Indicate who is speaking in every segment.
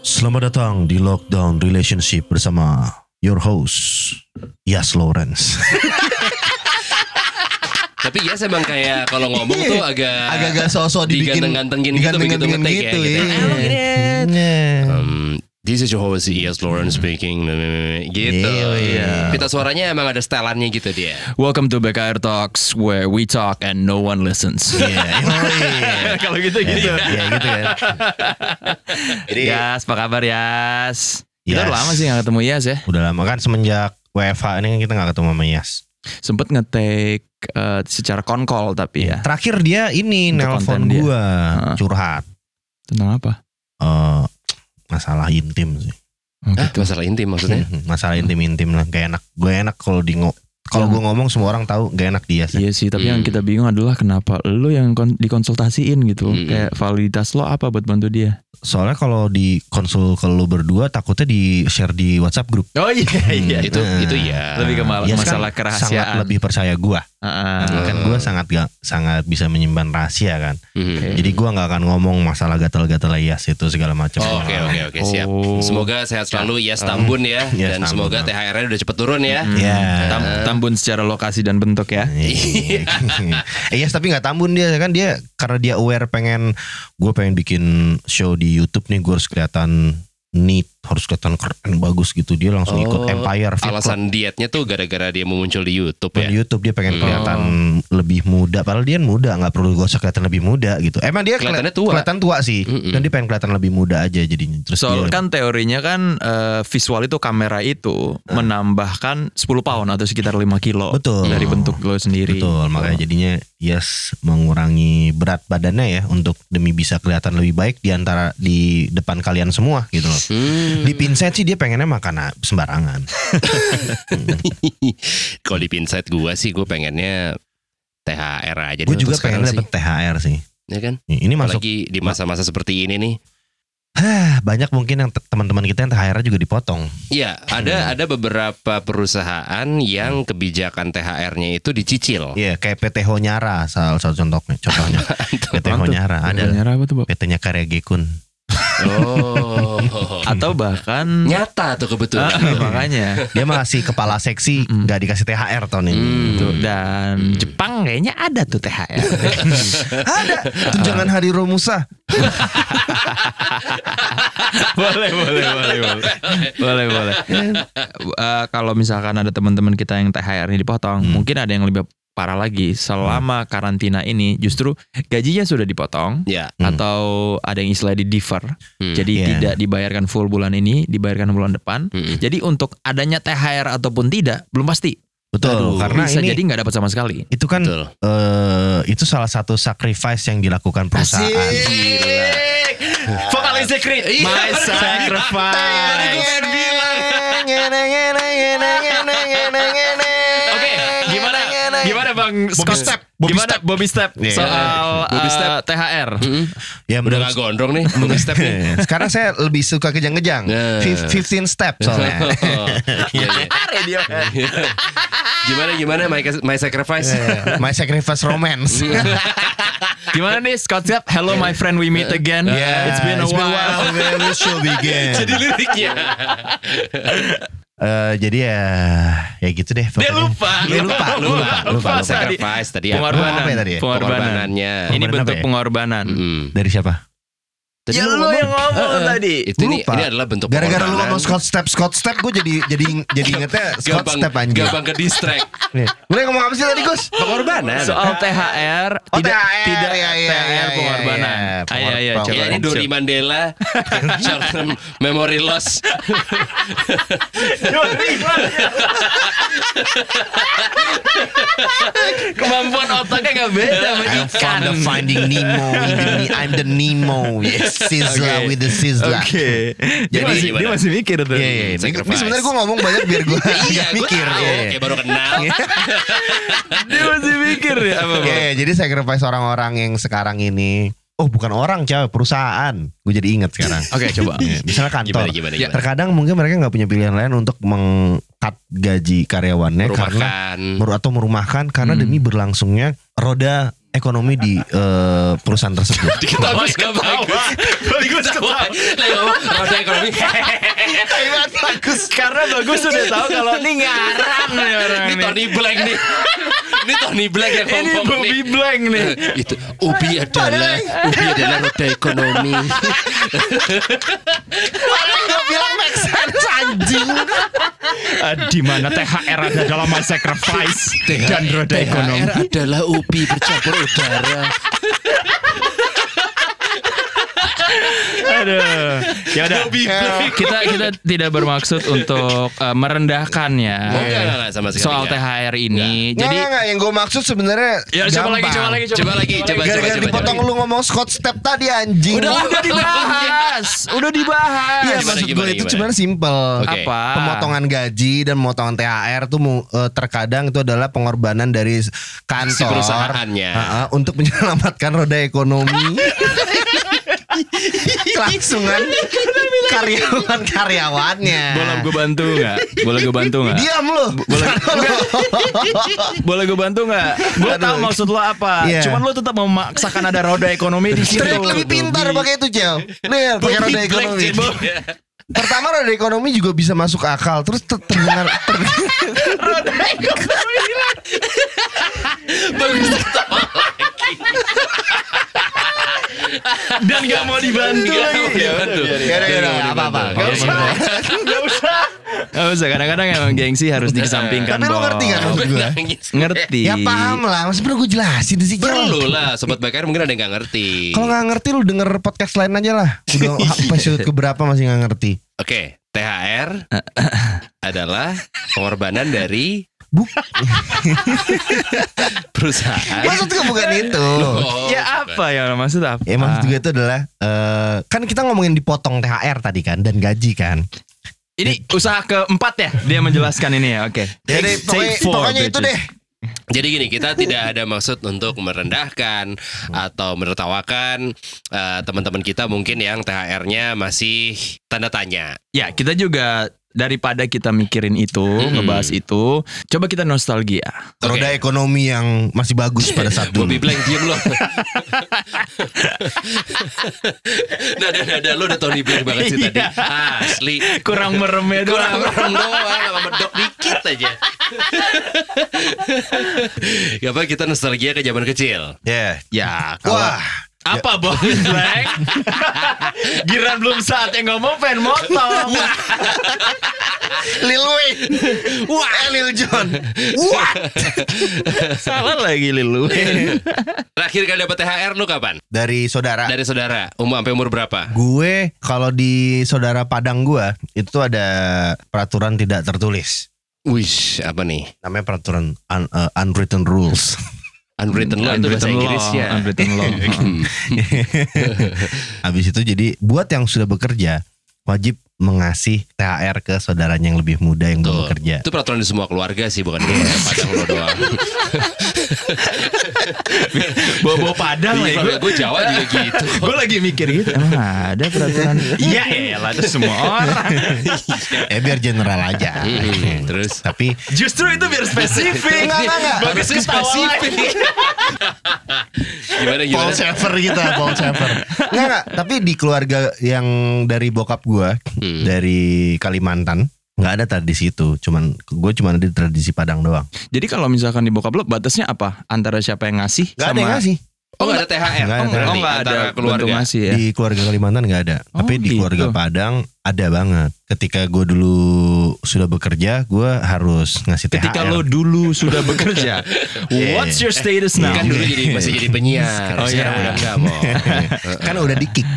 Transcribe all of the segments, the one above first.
Speaker 1: Selamat datang di Lockdown Relationship bersama your host Yas Lawrence.
Speaker 2: Tapi ya emang kayak kalau ngomong tuh
Speaker 1: Iya.
Speaker 2: agak
Speaker 3: Iya. agak-agak sosok dibikin
Speaker 2: diganteng-gantengin gitu begitu
Speaker 3: diganteng-gantengin
Speaker 2: ngetik ya
Speaker 3: gitu,
Speaker 2: gitu.
Speaker 3: iya.
Speaker 2: Ah, lu gini.
Speaker 3: Iya.
Speaker 2: Um, This is your host E.S. Lawrence speaking Gitu
Speaker 3: Iya.
Speaker 2: Pita suaranya emang ada stelannya gitu dia
Speaker 4: Welcome to BKR Talks where we talk and no one listens.
Speaker 1: Iya, yoi.
Speaker 4: Kalau gitu gitu.
Speaker 1: Iya, gitu kan.
Speaker 3: Jadi
Speaker 4: Yas, apa kabar Yas?
Speaker 1: Yas.
Speaker 4: Kita udah lama sih gak ketemu Yas ya.
Speaker 1: Udah lama kan semenjak WFH ini kan kita nggak ketemu sama Yas.
Speaker 4: Sempet nge-take eh, secara konkol
Speaker 2: Iya.
Speaker 4: tapi ya.
Speaker 1: Terakhir dia ini
Speaker 4: Untuk
Speaker 1: nelpon
Speaker 4: konten dia.
Speaker 1: gua
Speaker 4: Heeh.
Speaker 1: curhat
Speaker 4: Tentang apa?
Speaker 1: Eh, masalah intim sih. Hmm,
Speaker 4: Oh,
Speaker 2: Hah?
Speaker 4: gitu.
Speaker 2: Masalah intim maksudnya
Speaker 1: masalah intim-intim lah gak enak. Gue enak kalau di ngo- kalau
Speaker 4: Jangan.
Speaker 1: gue ngomong semua orang tahu gak enak dia sih.
Speaker 4: Iya sih, tapi yang
Speaker 2: Hmm.
Speaker 4: kita bingung adalah kenapa lu yang kon- dikonsultasiin gitu.
Speaker 2: Hmm.
Speaker 4: Kayak validitas lo apa buat bantu dia?
Speaker 1: Soalnya kalau di konsul ke lu berdua takutnya di share di WhatsApp grup.
Speaker 4: Oh iya
Speaker 1: iya.
Speaker 2: Itu
Speaker 1: Nah.
Speaker 2: itu ya
Speaker 4: Lebih ke mal-
Speaker 1: Yas kan sangat
Speaker 4: masalah kerahasiaan.
Speaker 1: lebih percaya gua.
Speaker 2: Ah.
Speaker 4: Heeh.
Speaker 1: Kan gua sangat ga- sangat bisa menyimpan rahasia kan.
Speaker 2: Mhm.
Speaker 1: Jadi gua nggak akan ngomong masalah gatal-gatal Yas itu segala macam.
Speaker 2: Oh, Oke oke oke siap
Speaker 4: Oh.
Speaker 2: Semoga sehat selalu Yes Tambun ya
Speaker 1: Yes,
Speaker 2: Dan
Speaker 1: Tambun.
Speaker 2: semoga THR-nya udah cepet turun ya
Speaker 1: Ya.
Speaker 4: Tam- tambun secara lokasi dan bentuk ya.
Speaker 1: Iya. Eh, Yas tapi nggak tambun dia kan dia karena dia aware pengen gue pengen bikin show di YouTube nih gue harus kelihatan neat harus kelihatan keren bagus gitu dia langsung ikut
Speaker 2: Oh,
Speaker 1: Empire Fit Club.
Speaker 2: Alasan dietnya tuh gara-gara dia mau muncul di Youtube
Speaker 1: Di
Speaker 2: ya
Speaker 1: YouTube dia pengen
Speaker 2: Hmm.
Speaker 1: kelihatan lebih muda padahal dia muda nggak perlu gue usah kelihatan lebih muda gitu emang dia keli-
Speaker 2: Kelihatannya tua.
Speaker 1: kelihatan tua sih
Speaker 2: Mm-mm.
Speaker 1: dan dia pengen kelihatan lebih muda aja jadinya terus
Speaker 4: Soal
Speaker 1: dia-
Speaker 4: kan teorinya kan eh, visual itu kamera itu menambahkan 10 pound atau sekitar 5 kilo
Speaker 1: Betul.
Speaker 4: dari bentuk lo sendiri.
Speaker 1: Betul, makanya
Speaker 2: Oh.
Speaker 1: jadinya Yes mengurangi berat badannya ya untuk demi bisa kelihatan lebih baik di antara di depan kalian semua gitu loh.
Speaker 2: Hmm.
Speaker 1: Di pinset sih dia pengennya makan ah, sembarangan.
Speaker 2: Kalau di Pinside gua sih gue pengennya THR aja
Speaker 1: Gue
Speaker 2: deh
Speaker 1: juga
Speaker 2: untuk sekarang
Speaker 1: pengen dapet THR sih.
Speaker 2: sih. Ya kan?
Speaker 1: Ini masuk
Speaker 2: Apalagi di masa-masa seperti ini nih.
Speaker 1: Hah, banyak mungkin yang te- teman-teman kita yang THR juga dipotong.
Speaker 2: Iya, ada ada beberapa perusahaan yang kebijakan THR-nya itu dicicil.
Speaker 1: Iya, kayak PT Honyara salah satu contohnya. Contohnya PT
Speaker 4: Mantap.
Speaker 1: Honyara ada
Speaker 2: Iya.
Speaker 4: Ada apa tuh, Bob?
Speaker 1: PT-nya Karya Gekun.
Speaker 2: Oh.
Speaker 4: Atau bahkan
Speaker 2: nyata tuh kebetulan.
Speaker 4: Ah, makanya
Speaker 1: Dia masih kepala seksi
Speaker 4: Mm-mm.
Speaker 1: nggak dikasih THR tahun ini.
Speaker 2: Hmm.
Speaker 4: Tuh, dan Jepang kayaknya ada tuh THR.
Speaker 1: Ada tunjangan hari Romusa.
Speaker 4: boleh, boleh, boleh, boleh. Boleh, boleh. Eh, kalau misalkan ada teman-teman kita yang THR-nya dipotong,
Speaker 1: Hmm.
Speaker 4: mungkin ada yang lebih parah lagi. Selama karantina ini justru gajinya sudah dipotong
Speaker 2: Ya.
Speaker 1: Hmm.
Speaker 4: atau ada yang istilah di defer.
Speaker 2: Hmm.
Speaker 4: Jadi
Speaker 1: Iya.
Speaker 4: tidak dibayarkan full bulan ini, dibayarkan bulan depan.
Speaker 2: Mm-mm.
Speaker 4: Jadi untuk adanya THR ataupun tidak belum pasti.
Speaker 1: Betul,
Speaker 2: Aduh,
Speaker 1: karena
Speaker 4: Bisa
Speaker 1: ini
Speaker 4: jadi nggak dapat sama sekali.
Speaker 1: itu kan
Speaker 2: Betul.
Speaker 1: eh, itu salah satu sacrifice yang dilakukan perusahaan.
Speaker 2: Gila. Vokalisnya Kri-
Speaker 4: My sacrifice.
Speaker 2: Tadi gua pengen bilang. Oke, gimana? Gimana Bang Scott?
Speaker 4: Step, gimana Bobby Step
Speaker 1: Iya.
Speaker 4: soal
Speaker 2: Bobby
Speaker 4: eh,
Speaker 2: Step.
Speaker 4: THR?
Speaker 2: Mm-mm.
Speaker 1: Ya
Speaker 2: Udah
Speaker 1: menurut
Speaker 2: gak gondrong nih Bobby Step nih.
Speaker 1: sekarang saya lebih suka kejang-kejang.
Speaker 2: Nah.
Speaker 1: Fif- 15 step soalnya.
Speaker 2: Oh, iya, iya. gimana gimana my, my sacrifice?
Speaker 1: Iya, My sacrifice romance.
Speaker 4: Gimana nih Scott Step? Hello my friend, we meet again.
Speaker 1: Yeah,
Speaker 4: it's been a while.
Speaker 1: man. The show begin.
Speaker 2: Jadi liriknya.
Speaker 1: Eh, jadi ya ya gitu deh.
Speaker 4: Dia
Speaker 1: pokoknya.
Speaker 4: lupa.
Speaker 1: Dia lupa, lupa, lupa, lupa,
Speaker 4: Tadi.
Speaker 2: Sacrifice tadi apa?
Speaker 4: Pengorbanan.
Speaker 1: Apa ya tadi ya?
Speaker 4: Pengorbanan.
Speaker 2: Pengorbanannya.
Speaker 4: Ini
Speaker 1: Pengorbanan
Speaker 4: bentuk
Speaker 1: apa ya?
Speaker 4: pengorbanan.
Speaker 2: Mm.
Speaker 1: Dari siapa?
Speaker 2: Tadi
Speaker 4: Ya
Speaker 2: lu
Speaker 4: lo
Speaker 2: ngomong-
Speaker 4: yang ngomong
Speaker 2: Eh, eh.
Speaker 4: tadi.
Speaker 2: Itu ini,
Speaker 1: Lupa.
Speaker 2: ini adalah bentuk
Speaker 1: Gara-gara lu
Speaker 2: pengorbanan.
Speaker 1: ngomong Scott Step, Scott Step gue jadi jadi jadi ingetnya Scott
Speaker 2: gampang,
Speaker 1: Step anjing.
Speaker 2: gampang ke distract.
Speaker 1: Nih, Lu yang ngomong apa sih tadi Gus?
Speaker 2: Pengorbanan.
Speaker 4: Soal THR,
Speaker 1: Oh,
Speaker 4: tidak
Speaker 1: THR,
Speaker 4: tidak
Speaker 1: ya, ya,
Speaker 4: THR
Speaker 1: ya, ya,
Speaker 4: pengorbanan.
Speaker 1: ya, ya.
Speaker 4: Ayo ayo
Speaker 1: Pengor-
Speaker 4: coba.
Speaker 2: Ya ini Dori Mandela Short term memory loss
Speaker 4: Kemampuan otaknya nggak beda sama
Speaker 1: I'm
Speaker 4: ikan.
Speaker 1: from the Finding Nemo. Even me- I'm the Nemo. Yes, sizzler
Speaker 4: Oke.
Speaker 1: with the sizzler.
Speaker 4: Jadi
Speaker 2: masih- dia
Speaker 4: masih mikir tuh.
Speaker 1: Iya, iya. Ini- Ini
Speaker 2: Sacrifice.
Speaker 1: sebenarnya gue ngomong banyak biar gue
Speaker 2: Iya gue
Speaker 1: mikir.
Speaker 2: tahu.
Speaker 1: Iya,
Speaker 2: Kayak
Speaker 1: iya.
Speaker 2: baru kenal
Speaker 4: Dia masih mikir ya apa
Speaker 1: Iya, iya. jadi sacrifice orang-orang yang sekarang ini. Oh, bukan orang, cewek perusahaan. Gue jadi ingat sekarang.
Speaker 4: Oke, coba.
Speaker 1: Iya, Misalnya kantor.
Speaker 2: Gimana gimana
Speaker 4: Ya,
Speaker 2: gimana
Speaker 1: Terkadang mungkin mereka nggak punya pilihan lain untuk meng-cut gaji karyawannya karena
Speaker 2: Merumahkan
Speaker 1: mer- atau merumahkan karena
Speaker 4: Hmm.
Speaker 1: demi berlangsungnya roda ekonomi di eh, perusahaan tersebut.
Speaker 2: Bagus ketawa. Bagus ketawa. Lagi ngomong roda ekonomi.
Speaker 1: Bagus.
Speaker 4: Karena Iya, bagus sudah tahu kalau ini ngarang nih orang
Speaker 2: Ini
Speaker 4: ini.
Speaker 2: Tony Blank nih. Ini Tony Blank yang
Speaker 4: Ini
Speaker 2: ngomong
Speaker 4: Bobby
Speaker 2: nih.
Speaker 4: Blank nih.
Speaker 2: itu ubi adalah ubi adalah roda ekonomi
Speaker 4: Eh, Di mana THR ada dalam sacrifice dan roda
Speaker 2: THR
Speaker 4: ekonomi.
Speaker 2: adalah ubi bercampur udara
Speaker 4: Aduh. Ya udah.
Speaker 2: Iya.
Speaker 4: Kita kita tidak bermaksud untuk eh, merendahkan ya.
Speaker 2: Enggak, enggak, enggak, sama sekali
Speaker 4: Soal E.
Speaker 2: enggak.
Speaker 4: THR ini.
Speaker 1: Jadi
Speaker 4: Jadi
Speaker 1: yang gue maksud sebenarnya
Speaker 4: ya coba lagi coba lagi
Speaker 2: Coba lagi, coba, coba,
Speaker 1: Gara-gara
Speaker 2: coba, Iya.
Speaker 1: dipotong
Speaker 2: coba.
Speaker 1: lu ngomong Scott Step tadi anjing.
Speaker 2: Udah lah.
Speaker 4: Udah dibahas. Udah dibahas.
Speaker 1: Iya
Speaker 2: Gimana,
Speaker 1: maksud gue
Speaker 2: gimana,
Speaker 1: itu
Speaker 2: gimana?
Speaker 1: sebenarnya simple.
Speaker 2: Oke.
Speaker 4: Apa?
Speaker 1: Pemotongan gaji dan pemotongan THR tuh mu- eh, terkadang itu adalah pengorbanan dari kantor
Speaker 2: Si perusahaannya.
Speaker 1: Ha-ha, untuk menyelamatkan roda ekonomi. Kelangsungan karyawan-karyawannya.
Speaker 4: Boleh gue bantu nggak? Boleh gue bantu nggak?
Speaker 1: Diam lu.
Speaker 4: Boleh gue bantu nggak? Gue tahu
Speaker 1: Aduh.
Speaker 4: maksud lo apa.
Speaker 1: Iya.
Speaker 4: Cuman lo tetap memaksakan ada roda ekonomi di situ.
Speaker 1: Terlihat lebih pintar pakai itu, Cel. Nih, pakai
Speaker 2: Ubi
Speaker 1: roda
Speaker 2: Blank
Speaker 1: ekonomi.
Speaker 2: jadi-
Speaker 1: Pertama roda ekonomi juga bisa masuk akal, terus ter- terdengar
Speaker 2: Iya.
Speaker 1: ter-
Speaker 2: bagus ketawa
Speaker 4: dan gak mau dibantu
Speaker 2: Nggak mau dibantu. Iya,
Speaker 1: apa-apa.
Speaker 2: Nggak
Speaker 1: Nggak
Speaker 2: usah.
Speaker 1: usah.
Speaker 4: Gak usah. Gak usah. Kadang-kadang emang gengsi harus dikesampingkan.
Speaker 1: Tapi lo
Speaker 4: Bob.
Speaker 1: ngerti kan maksud gue?
Speaker 2: Nangis.
Speaker 4: Ngerti.
Speaker 1: Ya paham lah, masih perlu gue jelasin sih Cel.
Speaker 2: Perlu lah Sobat Bakar mungkin ada yang gak ngerti
Speaker 1: Kalau nggak ngerti lu denger podcast lain aja lah. Udah episode keberapa masih nggak ngerti?
Speaker 2: Oke THR adalah pengorbanan dari
Speaker 1: Bu-
Speaker 2: perusahaan
Speaker 1: Maksud gue bukan itu.
Speaker 2: Oh,
Speaker 4: Ya apa ya maksud apa?
Speaker 1: Ya maksud gue itu adalah eh, kan kita ngomongin dipotong THR tadi kan dan gaji kan.
Speaker 4: Ini usaha keempat ya dia menjelaskan ini ya. Oke.
Speaker 1: Jadi
Speaker 4: Take-
Speaker 1: pokoknya,
Speaker 4: take four,
Speaker 1: pokoknya itu
Speaker 4: bitches.
Speaker 1: deh.
Speaker 2: Jadi gini, kita tidak ada maksud untuk merendahkan atau menertawakan eh, teman-teman kita mungkin yang THR-nya masih tanda tanya.
Speaker 4: Ya kita juga daripada kita mikirin itu
Speaker 2: Mm-mm.
Speaker 4: ngebahas itu, coba kita nostalgia.
Speaker 2: Oke.
Speaker 1: Roda ekonomi yang masih bagus pada saat dulu.
Speaker 2: Bobby Blank diem loh. nada nada lo nah, udah Tony Blank banget sih tadi.
Speaker 4: Iya.
Speaker 2: Asli.
Speaker 4: Kurang merem itu.
Speaker 2: Kurang merem ya, doang sama medok dikit aja. Gak apa kita nostalgia ke zaman kecil.
Speaker 1: Ya.
Speaker 4: Ya, kalau
Speaker 1: Wah,
Speaker 4: apa Bobby Black? Giran belum saatnya ngomong pengen motong.
Speaker 1: Lil Wayne. Wah, Lil Jon. Wah.
Speaker 4: Salah lagi Lilu.
Speaker 2: Terakhir kali dapat THR lu kapan?
Speaker 1: Dari saudara.
Speaker 2: Dari saudara. Umur sampai umur berapa?
Speaker 1: Gue kalau di saudara Padang gue itu ada peraturan tidak tertulis.
Speaker 2: Wih, apa nih?
Speaker 1: Namanya peraturan un- uh, unwritten rules.
Speaker 2: Unwritten law itu bahasa Inggris ya.
Speaker 4: Unwritten law.
Speaker 2: Hmm.
Speaker 1: Habis itu jadi buat yang sudah bekerja wajib mengasih THR ke saudaranya yang lebih muda yang belum
Speaker 2: Tuh.
Speaker 1: bekerja.
Speaker 2: Itu peraturan di semua keluarga sih bukan di padang lo doang.
Speaker 4: Bobo Padang
Speaker 2: Iya,
Speaker 4: lagi.
Speaker 2: gue Jawa juga gitu.
Speaker 4: Gue lagi mikir gitu. Emang ada peraturan? Iya, elah itu semua orang.
Speaker 1: Eh biar general aja.
Speaker 2: Hmm, Terus
Speaker 1: Tapi
Speaker 4: Justru itu biar spesifik.
Speaker 1: Enggak, enggak, enggak.
Speaker 4: Bagus
Speaker 2: Harusnya
Speaker 4: ketawa
Speaker 2: spesifik.
Speaker 4: lagi.
Speaker 2: gimana
Speaker 1: Paul
Speaker 2: gimana?
Speaker 1: Shaver gitu, Paul Shaver. Enggak, enggak. Tapi di keluarga yang dari bokap gue
Speaker 2: Hmm.
Speaker 1: dari Kalimantan nggak ada tradisi itu. Cuman gue cuman ada di tradisi Padang doang.
Speaker 4: Jadi kalau misalkan di bokap lo batasnya apa? Antara siapa yang ngasih
Speaker 1: Nggak ada
Speaker 4: sama
Speaker 1: yang ngasih.
Speaker 2: Oh nggak ada
Speaker 1: Nggak ada
Speaker 2: THR? Oh, berarti
Speaker 4: Oh enggak ada
Speaker 2: antara
Speaker 4: bentuk
Speaker 2: keluarga.
Speaker 4: ngasih ya.
Speaker 1: Di keluarga Kalimantan nggak ada,
Speaker 4: Oh,
Speaker 1: tapi di
Speaker 4: gitu.
Speaker 1: keluarga Padang ada banget. Ketika gue dulu sudah bekerja, gue harus ngasih
Speaker 4: Ketika
Speaker 1: THR.
Speaker 4: lo dulu sudah bekerja, what's your status now?
Speaker 2: Kan dulu jadi masih jadi penyiar.
Speaker 4: Oh,
Speaker 2: Sekarang
Speaker 4: iya.
Speaker 2: udah nggak mau.
Speaker 1: kan udah di kick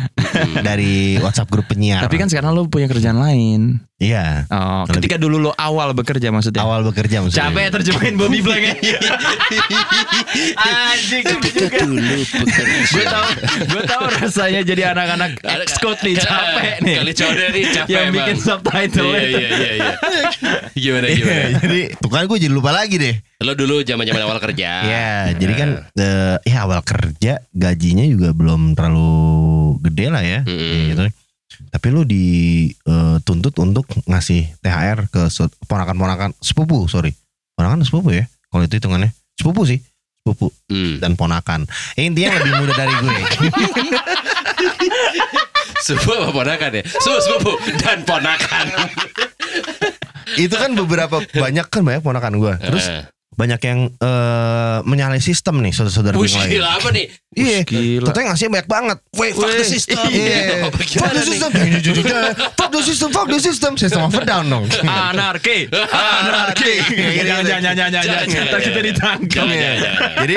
Speaker 1: dari WhatsApp grup penyiar.
Speaker 4: Hmm. Tapi kan sekarang lo punya kerjaan lain.
Speaker 1: iya,
Speaker 4: Oh,
Speaker 1: Lebih-
Speaker 4: ketika dulu lo awal bekerja maksudnya.
Speaker 1: awal bekerja maksudnya.
Speaker 4: Capek terjemahin Bobby Blank ya. Anjing tapi juga.
Speaker 2: dulu
Speaker 4: Gue tau, gue tau rasanya jadi anak-anak ex-code nih capek nih.
Speaker 2: Kali cowoknya nih capek
Speaker 4: Yang
Speaker 2: emang.
Speaker 4: bikin subtitle
Speaker 2: Iya
Speaker 4: itu.
Speaker 2: iya iya. iya. Gimana
Speaker 1: Iya,
Speaker 2: gimana?
Speaker 1: jadi tuh kan gue jadi lupa lagi deh.
Speaker 2: Lo dulu zaman zaman awal kerja.
Speaker 4: Ah, iya.
Speaker 1: Ya, jadi kan eh, ya awal kerja gajinya juga belum terlalu gede lah ya.
Speaker 2: Mm-mm.
Speaker 1: Kayak gitu. Tapi lu dituntut untuk ngasih THR ke saud- ponakan-ponakan sepupu, sorry. Ponakan sepupu ya. Kalau itu hitungannya sepupu sih. sepupu
Speaker 2: Hmm.
Speaker 1: dan ponakan. Intinya lebih muda dari gue.
Speaker 2: Sepupu apa ponakan ya? Sepupu, sepupu dan ponakan.
Speaker 1: Itu kan beberapa banyak kan banyak ponakan gue. Terus
Speaker 2: Eh,
Speaker 1: banyak yang eh menyalahi sistem nih saudara-saudara gue
Speaker 2: Wush,
Speaker 1: yang lain.
Speaker 2: gila apa nih?
Speaker 1: Iya.
Speaker 4: Gila.
Speaker 1: Katanya ngasihnya banyak banget. Wait, fuck the
Speaker 4: Weh,
Speaker 1: system.
Speaker 4: iya.
Speaker 1: Iya.
Speaker 2: Apa
Speaker 1: Fuck
Speaker 2: gimana
Speaker 1: the
Speaker 2: nih?
Speaker 1: system. Fuck the system. Fuck the system. System of a down dong.
Speaker 4: Anarki, anarki. jangan, jangan, jangan, jangan, jangan.
Speaker 2: Jangan,
Speaker 4: Ntar kita
Speaker 2: jangan,
Speaker 4: ditangkap.
Speaker 1: Iya.
Speaker 2: Jangan, jangan, jangan.
Speaker 1: Jadi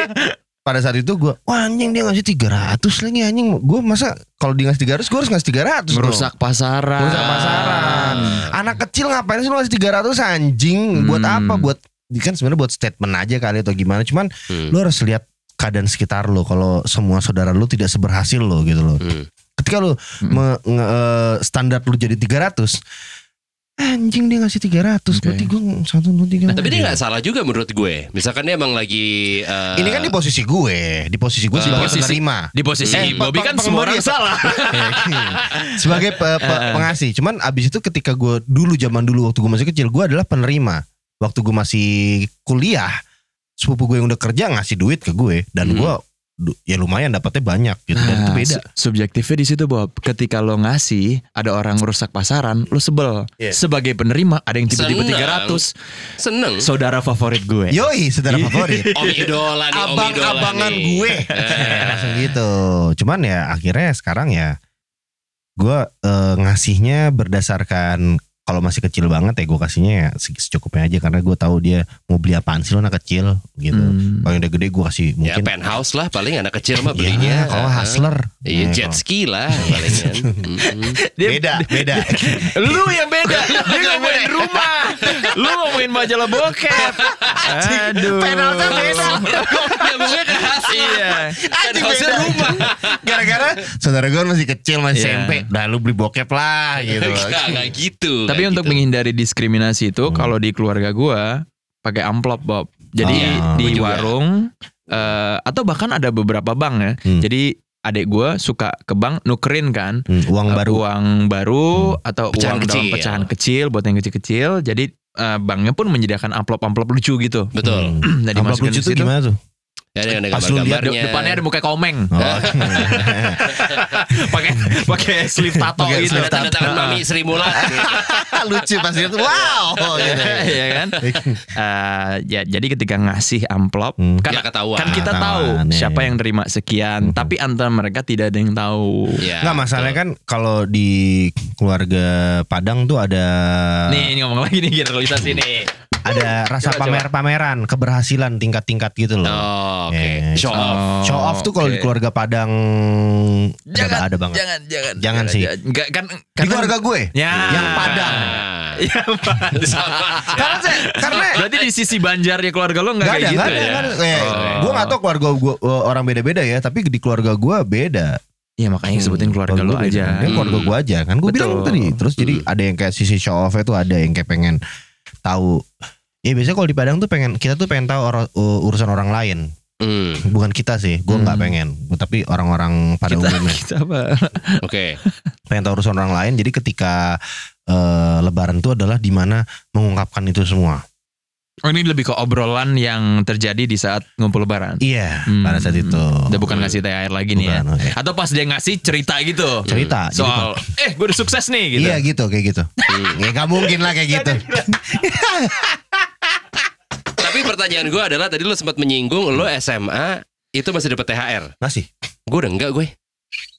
Speaker 1: pada saat itu gue, wah anjing dia ngasih 300 lagi anjing. Gue masa kalau dia ngasih 300, gue harus ngasih 300 dong.
Speaker 4: Merusak pasaran.
Speaker 1: Merusak pasaran.
Speaker 2: Ah.
Speaker 1: Anak kecil ngapain sih lu ngasih 300 anjing? Buat
Speaker 4: Hmm.
Speaker 1: apa? Buat kan sebenarnya buat statement aja kali atau gimana. Cuman
Speaker 2: Hmm,
Speaker 1: lu harus lihat keadaan sekitar lo kalau semua saudara lu tidak seberhasil lo gitu loh.
Speaker 2: hmm.
Speaker 1: Ketika lu
Speaker 4: Hmm.
Speaker 1: me- nge- eh, standar lu jadi 300 anjing dia ngasih 300 berarti gue satu dua tiga
Speaker 2: Nah, Tapi dia
Speaker 1: empat.
Speaker 2: nggak salah juga menurut gue. Misalkan dia emang lagi eh,
Speaker 1: ini kan di posisi gue di posisi gue
Speaker 2: Eh,
Speaker 1: sebagai
Speaker 4: posisi-
Speaker 1: penerima
Speaker 4: Di posisi
Speaker 1: Eh,
Speaker 4: Bobby
Speaker 1: pe-
Speaker 4: kan
Speaker 1: pe-
Speaker 4: semua orang
Speaker 1: pengembudi.
Speaker 4: salah.
Speaker 1: sebagai pe- pe- pengasih cuman abis itu ketika gue dulu zaman dulu waktu gue masih kecil gue adalah penerima waktu gue masih kuliah sepupu gue yang udah kerja ngasih duit ke gue dan
Speaker 2: Hmm.
Speaker 1: gue du- ya lumayan dapatnya banyak gitu dan itu
Speaker 4: Nah,
Speaker 1: beda
Speaker 4: su- subjektifnya di situ Bob. Ketika lo ngasih ada orang merusak pasaran, lo sebel.
Speaker 1: Iya.
Speaker 4: Sebagai penerima ada yang tiba-tiba
Speaker 2: Seneng.
Speaker 4: 300.
Speaker 2: seneng.
Speaker 4: Saudara favorit gue.
Speaker 1: yoi saudara favorit
Speaker 2: Om idola nih, om idola
Speaker 1: abang-abangan
Speaker 2: nih.
Speaker 1: gue
Speaker 2: Eh,
Speaker 1: Ya, langsung gitu cuman ya akhirnya sekarang ya gue eh, ngasihnya berdasarkan kalau masih kecil banget ya gue kasihnya ya se- secukupnya aja karena gue tahu dia mau beli apaan sih lo anak kecil gitu
Speaker 4: Hmm.
Speaker 1: kalau yang udah gede gue kasih
Speaker 2: Ya
Speaker 1: mungkin
Speaker 2: penthouse lah paling anak kecil mah
Speaker 1: Iya,
Speaker 2: belinya.
Speaker 1: kalau hustler
Speaker 2: Iya
Speaker 1: Nah,
Speaker 2: jet
Speaker 1: kalau-
Speaker 2: ski lah palingan. Mm-mm.
Speaker 4: Dia-
Speaker 1: beda beda
Speaker 4: Lu yang beda. Dia ngomongin rumah. Lu ngomongin majalah bokep. Aduh.
Speaker 1: Penalnya beda.
Speaker 2: ya maksudnya kan hasil.
Speaker 4: Iya.
Speaker 2: Penthouse-nya
Speaker 1: Kan beda.
Speaker 2: rumah.
Speaker 1: gara-gara saudara gue masih kecil masih
Speaker 4: Iya.
Speaker 1: SMP dah lu beli bokep lah gitu
Speaker 2: Enggak, enggak gitu.
Speaker 4: Tapi
Speaker 2: enggak
Speaker 4: untuk
Speaker 2: gitu.
Speaker 4: menghindari diskriminasi
Speaker 1: Hmm.
Speaker 4: itu kalau di keluarga gua pakai amplop Bob. Jadi
Speaker 1: Ah,
Speaker 2: gua
Speaker 4: di
Speaker 2: juga.
Speaker 4: warung eh, atau bahkan ada beberapa bank ya.
Speaker 1: Hmm.
Speaker 4: Jadi adik gua suka ke bank nukerin kan
Speaker 1: Hmm, uang
Speaker 4: Eh,
Speaker 1: baru Hmm.
Speaker 4: uang baru atau
Speaker 2: Pecahan
Speaker 4: uang dalam
Speaker 2: kecil.
Speaker 4: pecahan kecil buat yang kecil-kecil. Jadi eh, banknya pun menyediakan amplop-amplop lucu gitu.
Speaker 2: betul.
Speaker 1: Hmm.
Speaker 4: Nah,
Speaker 1: Amplop
Speaker 4: dimasukin
Speaker 1: lucu
Speaker 4: ke
Speaker 1: tuh
Speaker 4: situ.
Speaker 1: gimana tuh
Speaker 2: Ya, ada
Speaker 1: Pas lu lihat
Speaker 4: De-
Speaker 2: gambar-gambarnya.
Speaker 4: depannya ada muka komeng
Speaker 1: Oh.
Speaker 4: pakai pakai sleeve tato
Speaker 1: Pakai
Speaker 4: gitu.
Speaker 2: ada tanda tangan mami Sri Mulat.
Speaker 1: lucu pas itu wow gitu.
Speaker 4: Iya kan? Eh, ya, jadi ketika ngasih amplop
Speaker 1: Hmm.
Speaker 4: kan
Speaker 2: Ya, ketahuan.
Speaker 4: kan kita
Speaker 1: Ah,
Speaker 4: tahu
Speaker 1: tahuan, iya,
Speaker 4: siapa
Speaker 1: iya.
Speaker 4: yang terima sekian,
Speaker 1: Mhm.
Speaker 4: tapi antara mereka tidak ada yang tahu.
Speaker 2: Ya,
Speaker 1: Nggak masalahnya kan kalau di keluarga Padang tuh ada
Speaker 4: Nih ini ngomong lagi nih generalisasi sini.
Speaker 1: ada rasa
Speaker 4: Coba, coba.
Speaker 1: pamer-pameran keberhasilan tingkat-tingkat gitu
Speaker 2: betul.
Speaker 1: loh.
Speaker 2: Oh, oke.
Speaker 1: Yeah.
Speaker 2: Show off.
Speaker 4: Oh,
Speaker 1: Show off tuh kalau di keluarga Padang
Speaker 4: Jangan,
Speaker 1: ada, ada banget.
Speaker 4: Jangan, jangan,
Speaker 1: Jangan sih.
Speaker 4: Enggak kan
Speaker 1: Di keluarga gue.
Speaker 4: Ya.
Speaker 1: Yang Padang.
Speaker 2: Ah.
Speaker 4: Ya,
Speaker 2: Sama.
Speaker 1: Karena saya- karena
Speaker 4: Berarti di sisi banjarnya keluarga lo enggak
Speaker 1: Gak ada,
Speaker 4: kayak
Speaker 1: gak
Speaker 4: gitu
Speaker 1: ada,
Speaker 4: ya.
Speaker 1: gak ada. Eh,
Speaker 4: Oh.
Speaker 1: Gue gak tau keluarga gue orang beda-beda ya, tapi di keluarga gue beda.
Speaker 4: Ya makanya sebutin keluarga
Speaker 1: Hmm. Kalau
Speaker 4: lo
Speaker 1: gua beda.
Speaker 4: aja.
Speaker 1: Kan keluarga
Speaker 2: Hmm.
Speaker 1: gue aja kan gue
Speaker 4: Betul. Hmm.
Speaker 1: bilang tadi. Terus jadi ada yang kayak sisi show off itu ada yang kayak pengen tahu. Ya biasanya kalau di Padang tuh pengen kita tuh pengen tahu oro- u- urusan orang lain,
Speaker 2: Hmm,
Speaker 1: bukan kita sih. Gue nggak
Speaker 4: Hmm.
Speaker 1: pengen, tapi orang-orang pada
Speaker 4: Kita,
Speaker 1: umumnya
Speaker 4: kita apa?
Speaker 2: Oke.
Speaker 1: pengen tahu urusan orang lain. Jadi ketika eh, Lebaran tuh adalah di mana mengungkapkan itu semua.
Speaker 4: Oh, ini lebih ke obrolan yang terjadi di saat ngumpul lebaran.
Speaker 1: Iya,
Speaker 4: Hmm.
Speaker 1: pada saat itu.
Speaker 4: Udah bukan ngasih teh air lagi nih ya.
Speaker 1: Bukan, oke.
Speaker 4: Atau pas dia ngasih cerita gitu.
Speaker 1: cerita. Jadi
Speaker 4: Soal eh gue udah sukses nih gitu. Iya.
Speaker 1: Iya gitu kayak gitu. ya gak mungkin lah kayak gitu.
Speaker 2: Tapi pertanyaan gue adalah tadi lo sempat menyinggung lo SMA itu masih dapat THR.
Speaker 1: Masih.
Speaker 2: Gue udah enggak gue.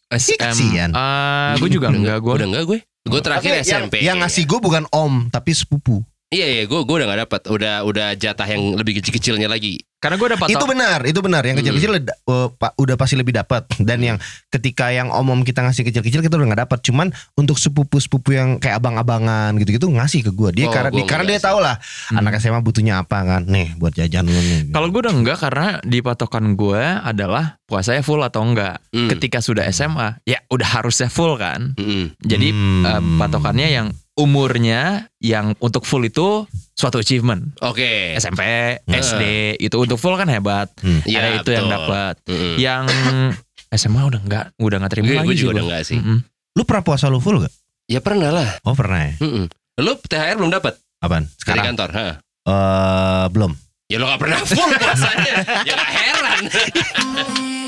Speaker 1: Kasian.
Speaker 4: gue Ah, juga
Speaker 2: Udah
Speaker 4: enggak gue.
Speaker 2: Udah enggak gue. Gue
Speaker 1: Tapi
Speaker 2: terakhir
Speaker 1: yang-
Speaker 2: SMP.
Speaker 1: Yang ngasih gue bukan om tapi sepupu.
Speaker 2: Iya iya gue gue udah nggak dapat. Udah udah jatah yang lebih kecil-kecilnya lagi.
Speaker 4: Karena gue dapat
Speaker 1: Itu benar, itu benar. Yang kecil-kecil leda- eh, pa- udah pasti lebih dapat. Dan yang ketika yang om-om kita ngasih kecil-kecil kita udah nggak dapat. Cuman untuk sepupu-sepupu yang kayak abang-abangan gitu-gitu ngasih ke gue. Dia
Speaker 2: Oh,
Speaker 1: karena
Speaker 2: gua
Speaker 1: dia, karena dia
Speaker 2: ngasih.
Speaker 1: tahu lah
Speaker 4: Hmm.
Speaker 1: anak SMA butuhnya apa kan. Nih buat jajan lu nih.
Speaker 4: Kalau gue udah enggak karena di patokan gue adalah puasanya full atau enggak.
Speaker 2: Hmm.
Speaker 4: Ketika sudah SMA, ya udah harusnya full kan.
Speaker 2: Mm-mm.
Speaker 4: Jadi
Speaker 1: Hmm.
Speaker 4: eh, patokannya yang umurnya yang untuk full itu suatu achievement.
Speaker 2: Oke.
Speaker 4: SMP, SD itu untuk full kan hebat.
Speaker 1: Hmm.
Speaker 2: Nah. Iya,
Speaker 4: Ada itu yang
Speaker 2: betul.
Speaker 4: dapat.
Speaker 2: Mm-mm.
Speaker 4: Yang SMA udah enggak, udah enggak terima
Speaker 2: Gue
Speaker 4: lagi
Speaker 2: gue
Speaker 4: sih
Speaker 2: juga udah
Speaker 4: gua.
Speaker 2: enggak sih.
Speaker 4: Mm-mm.
Speaker 1: lu pernah puasa lu full gak?
Speaker 2: Ya pernah lah.
Speaker 1: Oh pernah ya.
Speaker 2: Mm-mm. Lo THR belum dapat
Speaker 1: Apaan?
Speaker 2: dari
Speaker 1: Sekarang?
Speaker 2: kantor. Ha.
Speaker 1: Eh belum.
Speaker 2: Ya lo gak pernah full puasanya. ya gak heran.